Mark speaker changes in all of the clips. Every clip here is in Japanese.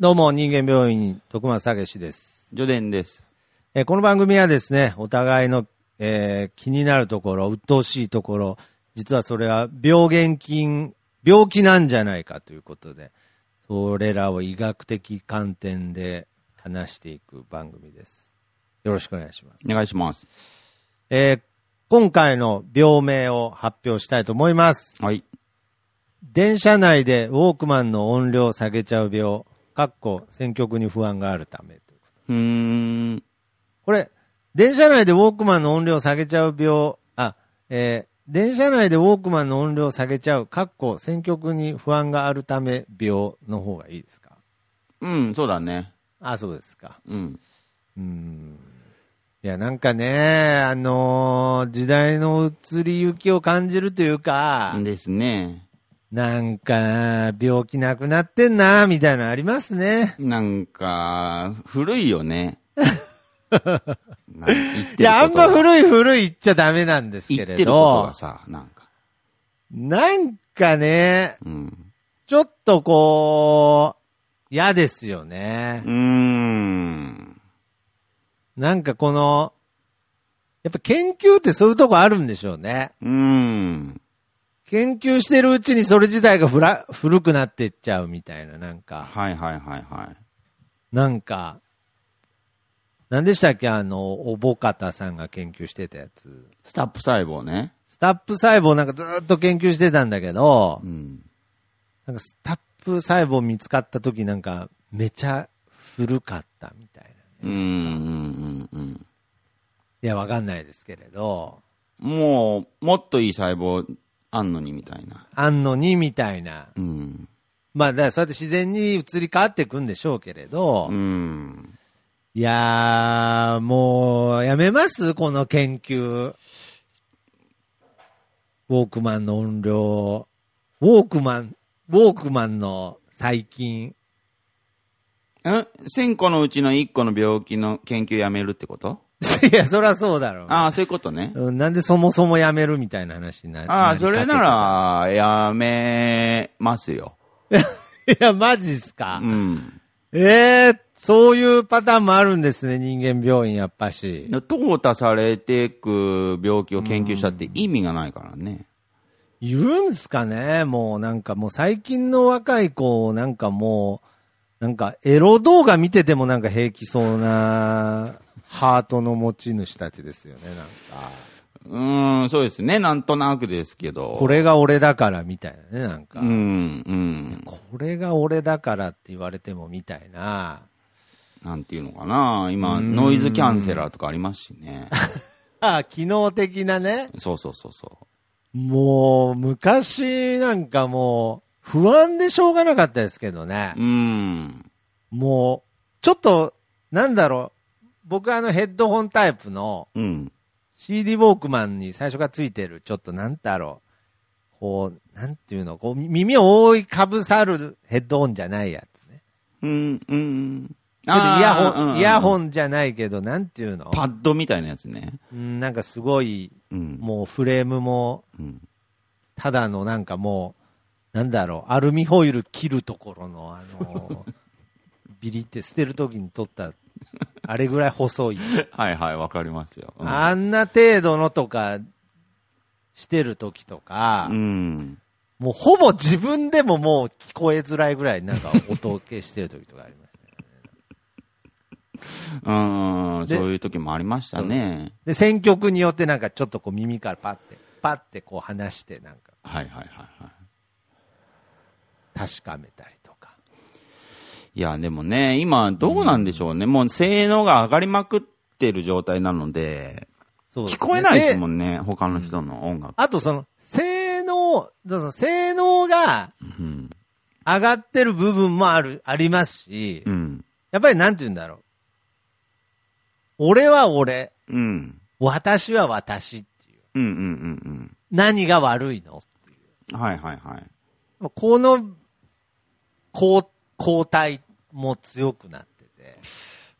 Speaker 1: どうも、人間病院、徳松武史です。
Speaker 2: ジョデンです。
Speaker 1: えーこの番組はですね、お互いの、えー気になるところ、鬱陶しいところ、実はそれは病原菌、病気なんじゃないかということで、それらを医学的観点で話していく番組です。よろしくお願いします。
Speaker 2: お願いします。
Speaker 1: えー今回の病名を発表したいと思います。
Speaker 2: はい。
Speaker 1: 電車内でウォークマンの音量を下げちゃう病、かっこ選曲に不安があるためという
Speaker 2: うーん。
Speaker 1: これ、電車内でウォークマンの音量を下げちゃう病、あ、えー電車内でウォークマンの音量を下げちゃう、かっこ選曲に不安があるため病の方がいいですか
Speaker 2: うん、そうだね。
Speaker 1: あ、そうですか。
Speaker 2: うん。
Speaker 1: うーん。いや、なんかね、あのー時代の移り行きを感じるというか、
Speaker 2: ですね。
Speaker 1: なんか、病気なくなってんな、みたいなのありますね。
Speaker 2: なんか、古いよね。なんか言ってること
Speaker 1: いや、あんま
Speaker 2: が
Speaker 1: 古い古い言っちゃダメなんです
Speaker 2: 言
Speaker 1: け
Speaker 2: っ
Speaker 1: れ
Speaker 2: てること
Speaker 1: ど
Speaker 2: が、さ、なんか。
Speaker 1: なんかね、
Speaker 2: うん。
Speaker 1: ちょっとこう、嫌ですよね
Speaker 2: う。ーん。
Speaker 1: なんかこの、やっぱ研究ってそういうとこあるんでしょうね。
Speaker 2: うーん。
Speaker 1: 研究してるうちにそれ自体がふら古くなってっちゃうみたいな、なんか、
Speaker 2: はいはいはいは
Speaker 1: なんか、なんでしたっけあの、おぼかたさんが研究してたやつ。
Speaker 2: い。スタップ細胞ね。
Speaker 1: スタップ細胞なんかずーっと研究してたんだけど
Speaker 2: う、ん。
Speaker 1: なんかスタップ細胞見つかった時なんか、めちゃ古かったみたいな。
Speaker 2: うん、うん、うん、うん。
Speaker 1: いや、わかんないですけれど。
Speaker 2: もう、もっといい細胞あんのにみたいな。
Speaker 1: あんのにみたいな。
Speaker 2: うん。
Speaker 1: まあ、だからそうやって自然に移り変わっていくんでしょうけれど、
Speaker 2: うん。
Speaker 1: いやー、もう、やめますこの研究。ウォークマンの音量、ウォークマン、ウォークマンの細菌。
Speaker 2: ん ?1000 個のうちの1個の病気の研究やめるってこと
Speaker 1: いや、そりゃそうだろう。
Speaker 2: ああ、そういうことね。
Speaker 1: うんなんでそもそもやめるみたいな話になる。
Speaker 2: あ
Speaker 1: な
Speaker 2: あ、
Speaker 1: りか
Speaker 2: そ
Speaker 1: け
Speaker 2: れ
Speaker 1: て
Speaker 2: な。ら、やめますよ。
Speaker 1: いや、マジっすか。
Speaker 2: うん。
Speaker 1: ええー、そういうパターンもあるんですね、人間病院、やっぱし。
Speaker 2: 淘汰されていく病気を研究したって意味がないからね。
Speaker 1: いるんすかねもうなんかもう最近の若い子、なんかもう、なんかエロ動画見ててもなんか平気そうなハートの持ち主たちですよね、なんか。
Speaker 2: うーん、そうですね。なんとなくですけど。
Speaker 1: こ。れが俺だからみたいなね、なんか。
Speaker 2: うん、うん。
Speaker 1: これが俺だからって言われてもみたいな。
Speaker 2: なんていうのかな。今、ノイズキャンセラーとかありますし ね。
Speaker 1: あ、機能的なね。
Speaker 2: そうそうそうそ
Speaker 1: もう、昔なんかもう、不安でしょうがなかったですけどね
Speaker 2: う。う。ん。
Speaker 1: もう、ちょっと、なんだろう。僕あのヘッドホンタイプの、
Speaker 2: うん。
Speaker 1: CD ウォークマンに最初がついてる、ちょっとなんだろう。こう、なんていうの、こう、耳を覆いかぶさるヘッドホンじゃないやつね。
Speaker 2: うん、うん。
Speaker 1: けどイヤホン、イヤ
Speaker 2: ン。
Speaker 1: ホンじゃないけど、なんていうの
Speaker 2: パッドみたいなやつね。
Speaker 1: うん、なんかすごい、
Speaker 2: うん。
Speaker 1: もうフレームも、
Speaker 2: うん
Speaker 1: ただのなんかもう、なんだろう、アルミホイル切るところの、あの、 ビリって捨てるときに取った、あれぐらい細い。
Speaker 2: はいはい、わかりますよ。うん
Speaker 1: あんな程度のとか、してるときとか、
Speaker 2: うん。
Speaker 1: もうほぼ自分でももう聞こえづらいぐらいなんか音を消してる時とかありました。
Speaker 2: うん、
Speaker 1: で
Speaker 2: そういう時もありましたね。
Speaker 1: で、選曲によってなんかちょっとこう耳からパッて、パッてこう離してなんか
Speaker 2: はいはいはいは
Speaker 1: 確かめたりとか。
Speaker 2: い。いや、でもね、今、どうなんでしょうね。もう、性能が上がりまくってる状態なので、
Speaker 1: そう
Speaker 2: 聞こえないですも
Speaker 1: ん。せ
Speaker 2: んね、他の人の音楽。
Speaker 1: あとその、性能、その性能が
Speaker 2: うん。
Speaker 1: 上がってる部分もある、ありますし、
Speaker 2: うん。
Speaker 1: やっぱりなんて言うんだろう。俺は俺、
Speaker 2: うん。
Speaker 1: 私は私っていう。
Speaker 2: うんうんうん
Speaker 1: 何が悪いのっていう。
Speaker 2: うん。はいはいはい。
Speaker 1: この、交、交代も強くなってて。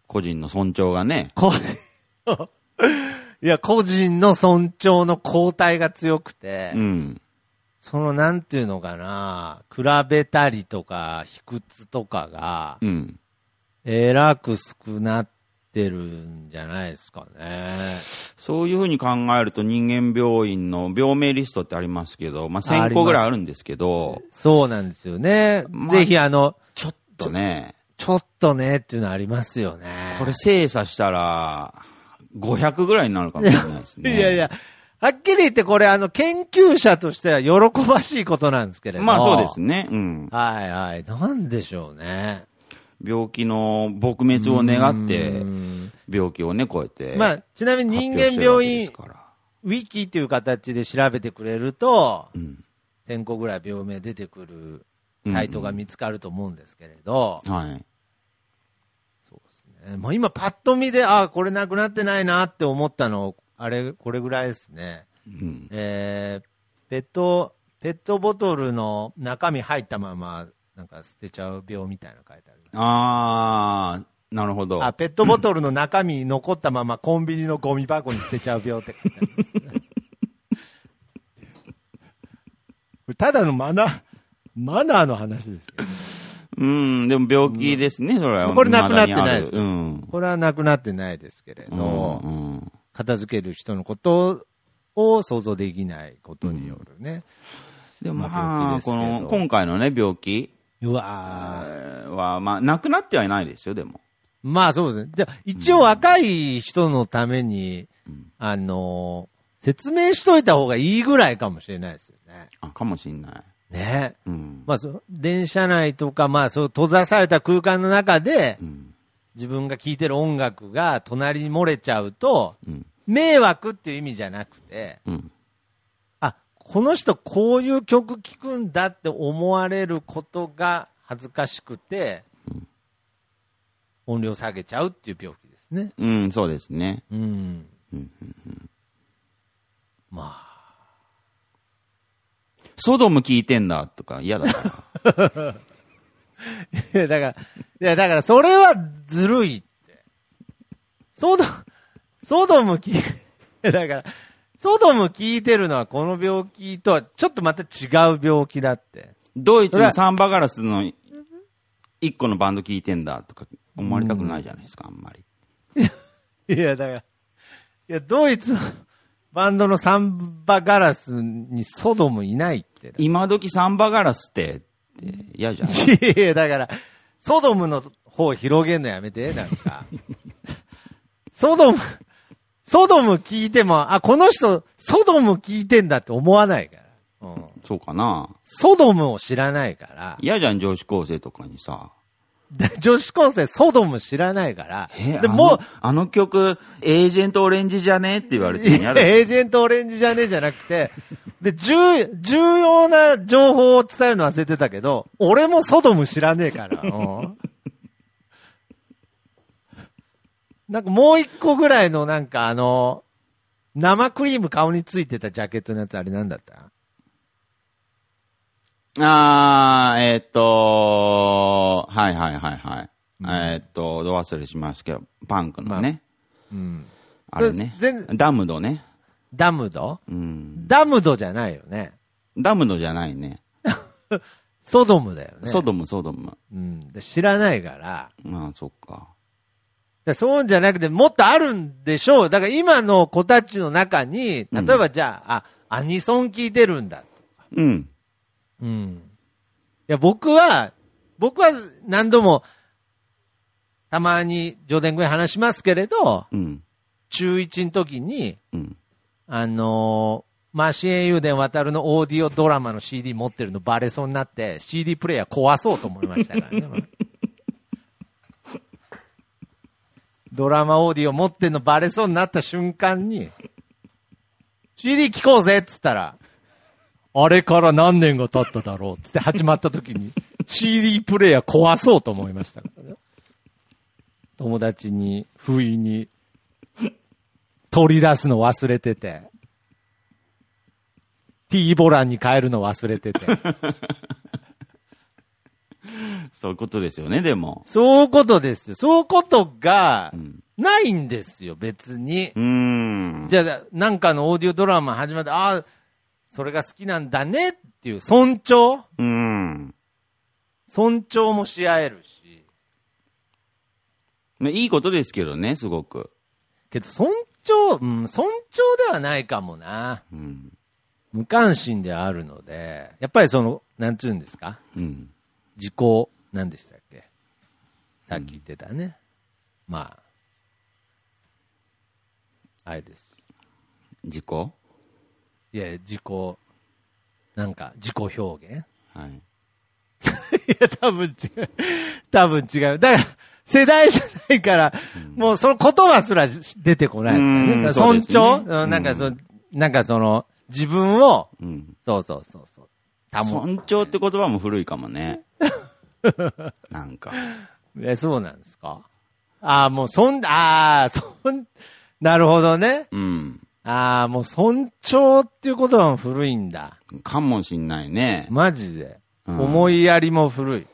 Speaker 2: 個人の尊重がね。
Speaker 1: こ いや、個人の尊重の交代が強くて、
Speaker 2: うん。
Speaker 1: そのなんていうのかな、比べたりとか、卑屈とかが、
Speaker 2: うん。
Speaker 1: えらく少なってるんじゃないですかね。
Speaker 2: そういうふうに考えると人間病院の病名リストってありますけど、まあ、
Speaker 1: あ
Speaker 2: 1000
Speaker 1: り
Speaker 2: 個
Speaker 1: ます
Speaker 2: ぐらいあるんですけど、
Speaker 1: そうなんですよね。
Speaker 2: まあ
Speaker 1: ぜひ、あの、
Speaker 2: ちょっとね、
Speaker 1: ちょっとねっていうのありますよね。
Speaker 2: これ精査したら、500ぐらいになるかもしれないです ね。
Speaker 1: いやいや、はっきり言ってこれ、あの、研究者としては喜ばしいことなんですけれど
Speaker 2: まあそうです
Speaker 1: ね。
Speaker 2: ね。うん。
Speaker 1: はいはい。なんでしょうね。
Speaker 2: 病気の撲滅を願って
Speaker 1: う、ん
Speaker 2: 病気をね、こうやって。
Speaker 1: まあ、ちなみに人間病院、ウィキっていう形で調べてくれると、
Speaker 2: うん。
Speaker 1: 1000個ぐらい病名出てくるサイトが見つかると思うんですけれど、
Speaker 2: はい。
Speaker 1: えーもう今パッと見で、ああ、これなくなってないなって思ったの、あれ、これぐらいですね。
Speaker 2: うん。
Speaker 1: えーペット、ペットボトルの中身入ったまま、なんか捨てちゃう病みたいなの書いてある。
Speaker 2: あー、なるほど。
Speaker 1: あ、ペットボトルの中身残ったままコンビニのゴミ箱に捨てちゃう病って書いてありますね。 ただのマナー、マナーの話ですけど、
Speaker 2: うん、でも病気ですね、それは。
Speaker 1: これなくなってないです
Speaker 2: 未だにあるうん。
Speaker 1: これはなくなってないですけれど、
Speaker 2: うんうん
Speaker 1: 片付ける人のことを想像できないことによるね。
Speaker 2: で
Speaker 1: ま
Speaker 2: も
Speaker 1: あ
Speaker 2: ま
Speaker 1: 病
Speaker 2: あ、
Speaker 1: 気です
Speaker 2: こ
Speaker 1: けど
Speaker 2: の、今回のね、病気
Speaker 1: うわー
Speaker 2: は、まあ、なくなってはいないですよ、でも。
Speaker 1: まあそうですね。じゃあ、一応若い人のために、
Speaker 2: うん
Speaker 1: あのー説明しといた方がいいぐらいかもしれないですよね。
Speaker 2: あ、かもしんない。
Speaker 1: ね。
Speaker 2: うん。
Speaker 1: まあそう、電車内とか、まあそう、閉ざされた空間の中で
Speaker 2: う、ん。
Speaker 1: 自分が聴いてる音楽が隣に漏れちゃうと、
Speaker 2: うん。
Speaker 1: 迷惑っていう意味じゃなくて、
Speaker 2: うん。
Speaker 1: あ、この人こういう曲聴くんだって思われることが恥ずかしくて、音量下げちゃうっていう病気ですね。
Speaker 2: うん、そうですね。
Speaker 1: うん。
Speaker 2: うん
Speaker 1: まあ、
Speaker 2: ソドム聞いてんだとか嫌だ から。
Speaker 1: いやだから、いや、だから、それはずるいって。ソド、ソドム聞い、い やだから、ソドム聞いてるのはこの病気とはちょっとまた違う病気だって。
Speaker 2: ドイツのサンバガラスの一個のバンド聞いてんだとか思われたくないじゃないですか、あんまり。
Speaker 1: いや、だから、いや、ドイツのバンドのサンバガラスにソドムいないって。
Speaker 2: 今時サンバガラスってって嫌じゃん。
Speaker 1: いや、だから、ソドムの方広げるのやめて、なんか。ソドム、ソドム聞いても、あ、この人、ソドム聞いてんだって思わないから。うん。
Speaker 2: そうかな
Speaker 1: ソドムを知らないから、
Speaker 2: 嫌じゃん、女子高生とかにさ。
Speaker 1: で女子高生ソドム知らないから
Speaker 2: え、、
Speaker 1: で
Speaker 2: で
Speaker 1: も
Speaker 2: も
Speaker 1: う、
Speaker 2: あの曲、エージェントオレンジじゃねって言われても
Speaker 1: い
Speaker 2: 嫌
Speaker 1: や
Speaker 2: だ。
Speaker 1: エージェントオレンジじゃねえじゃなくて、で、重、重要な情報を伝えるの忘れてたけど、俺もソドム知らねえ から。うんなんかもう一個ぐらいのなんかあの、生クリーム顔についてたジャケットのやつあれなんだった
Speaker 2: あー、えーっと、はいはいはいはい。えーっと、ど忘れしますけど、パンクのね。
Speaker 1: うん。
Speaker 2: あれね
Speaker 1: 全。
Speaker 2: ダムドね。
Speaker 1: ダムド
Speaker 2: うん。
Speaker 1: ダムドじゃないよね。
Speaker 2: ダムドじゃないね。
Speaker 1: ソドムだよね。
Speaker 2: ソドム、ソドム。
Speaker 1: うん。で知らないから。
Speaker 2: ああ、そっか。
Speaker 1: だからそうじゃなくて、もっとあるんでしょう。だから今の子たちの中に、例えばじゃあ、あ、アニソン聞いてるんだ。
Speaker 2: うん。
Speaker 1: うん。いや、僕は、僕は何度も、たまに上田君に話しますけれど、
Speaker 2: うん。
Speaker 1: 中1の時に、
Speaker 2: うん。
Speaker 1: あのーマシン油田渡るのオーディオドラマの CD 持ってるのバレそうになって、CD プレイヤー壊そうと思いましたからね。ドラマオーディオ持ってんのバレそうになった瞬間に、CD 聴こうぜっつったら、あれから何年が経っただろうっつって始まった時に、CD プレイヤー壊そうと思いましたからね。友達に、不意に、取り出すの忘れてて、T ボランに変えるの忘れてて。
Speaker 2: そういうことですよね、でも。
Speaker 1: そういうことですよ。そういうことが
Speaker 2: ん、
Speaker 1: ないんですよ、別に
Speaker 2: う。ーん。
Speaker 1: じゃあ、なんかのオーディオドラマ始まって、ああ、それが好きなんだねっていう尊重
Speaker 2: うん。
Speaker 1: 尊重もし合えるし。
Speaker 2: ねいいことですけどね、すごく。
Speaker 1: けど、尊重、うん、尊重ではないかもな。
Speaker 2: うん。
Speaker 1: 無関心ではあるので、やっぱりその、なんつうんですか
Speaker 2: うん。
Speaker 1: 時効、なんでしたっけさっき言ってたね。まあ、あれです。
Speaker 2: 事故
Speaker 1: いや、自己、なんか、自己表 現
Speaker 2: はい。
Speaker 1: いや、多分違う。多分違う。だから、世代じゃないから、もうその言葉すらし出てこないですから
Speaker 2: う
Speaker 1: ね。その尊
Speaker 2: んそう
Speaker 1: 重、
Speaker 2: ですね
Speaker 1: うんなんかその、なんかその、自分を、
Speaker 2: うん。
Speaker 1: そうそうそうそう。保つ
Speaker 2: 尊重って言葉も古いかも ね。なんか。
Speaker 1: え、そうなんですかああ、もう、そん、ああ、そん、なるほどね。
Speaker 2: うん。
Speaker 1: ああ、もう、尊重っていう言葉も古いんだ。
Speaker 2: かもしんないね。
Speaker 1: マジで。
Speaker 2: うん
Speaker 1: 思いやりも古い。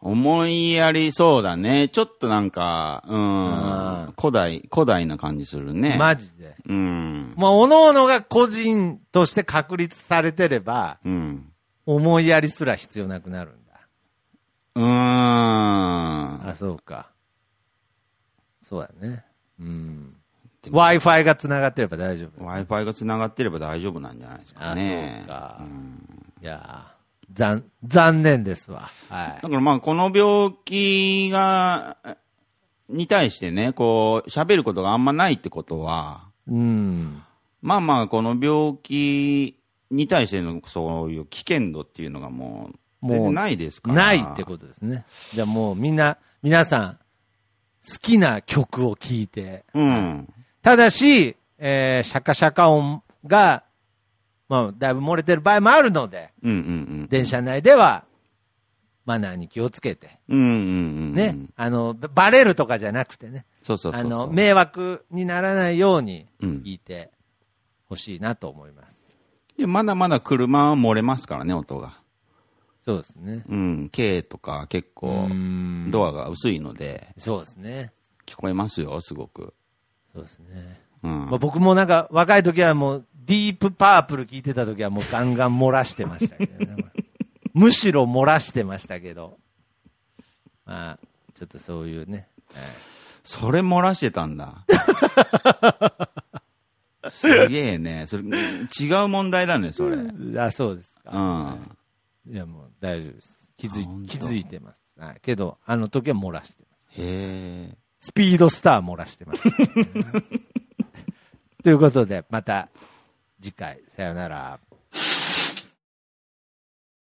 Speaker 2: 思いやりそうだね。ちょっとなんか、うん。
Speaker 1: うん
Speaker 2: 古代、古代な感じするね。
Speaker 1: マジで。
Speaker 2: うん。
Speaker 1: まあ、おののが個人として確立されてれば、
Speaker 2: うん。
Speaker 1: 思いやりすら必要なくなるんだ。
Speaker 2: うーん。
Speaker 1: あ、そうか。そうだね。うん。
Speaker 2: でも
Speaker 1: Wi-Fi が繋がってれば大丈夫。
Speaker 2: Wi-Fi が繋がってれば大丈夫なんじゃないですか
Speaker 1: あそ
Speaker 2: ね。
Speaker 1: うかいやー残、残念ですわ。はい
Speaker 2: だ。からまあ、この病気が、えに対してね、こう、喋ることがあんまないってことは、
Speaker 1: うん。
Speaker 2: まあまあ、この病気に対してのそういう危険度っていうのがもう、
Speaker 1: もう
Speaker 2: 全然ないですから。
Speaker 1: ないってことですね。じゃあもうみんな、皆さん、好きな曲を聴いて、
Speaker 2: と。うん。
Speaker 1: ただし、えー、シャカシャカ音が、まあ、だいぶ漏れてる場合もあるので、
Speaker 2: うんうんうん。
Speaker 1: 電車内では、マナーに気をつけて、
Speaker 2: うんうんうん。
Speaker 1: ね、。あの、ばバレるとかじゃなくてね、
Speaker 2: そうそうそう
Speaker 1: あ
Speaker 2: そう。
Speaker 1: の、迷惑にならないように、
Speaker 2: うん
Speaker 1: 聞いてほしいなと思います。
Speaker 2: でまだまだ車は漏れますからね、音が。
Speaker 1: そうですね。
Speaker 2: うん。K とか結構、
Speaker 1: ん
Speaker 2: ドアが薄いので、
Speaker 1: そうですね。
Speaker 2: 聞こえますよ、すごく。
Speaker 1: そうですね。
Speaker 2: うん。
Speaker 1: まあ、僕もなんか若い時はもうディープパープル聞いてた時はもうガンガン漏らしてましたけどね、まあ むしろ漏らしてましたけどまあちょっとそういうね、はい
Speaker 2: それ漏らしてたん だ。すげえね。それ、違う問題だね、それ。うん。
Speaker 1: あそうですか
Speaker 2: あ
Speaker 1: いやもう大丈夫です気づ
Speaker 2: あ本
Speaker 1: い
Speaker 2: 当
Speaker 1: 気づいてます、はい、けどあの時は漏らしてまし
Speaker 2: へえ。
Speaker 1: たスピードスター漏らして ました、ということでまた次回さよなら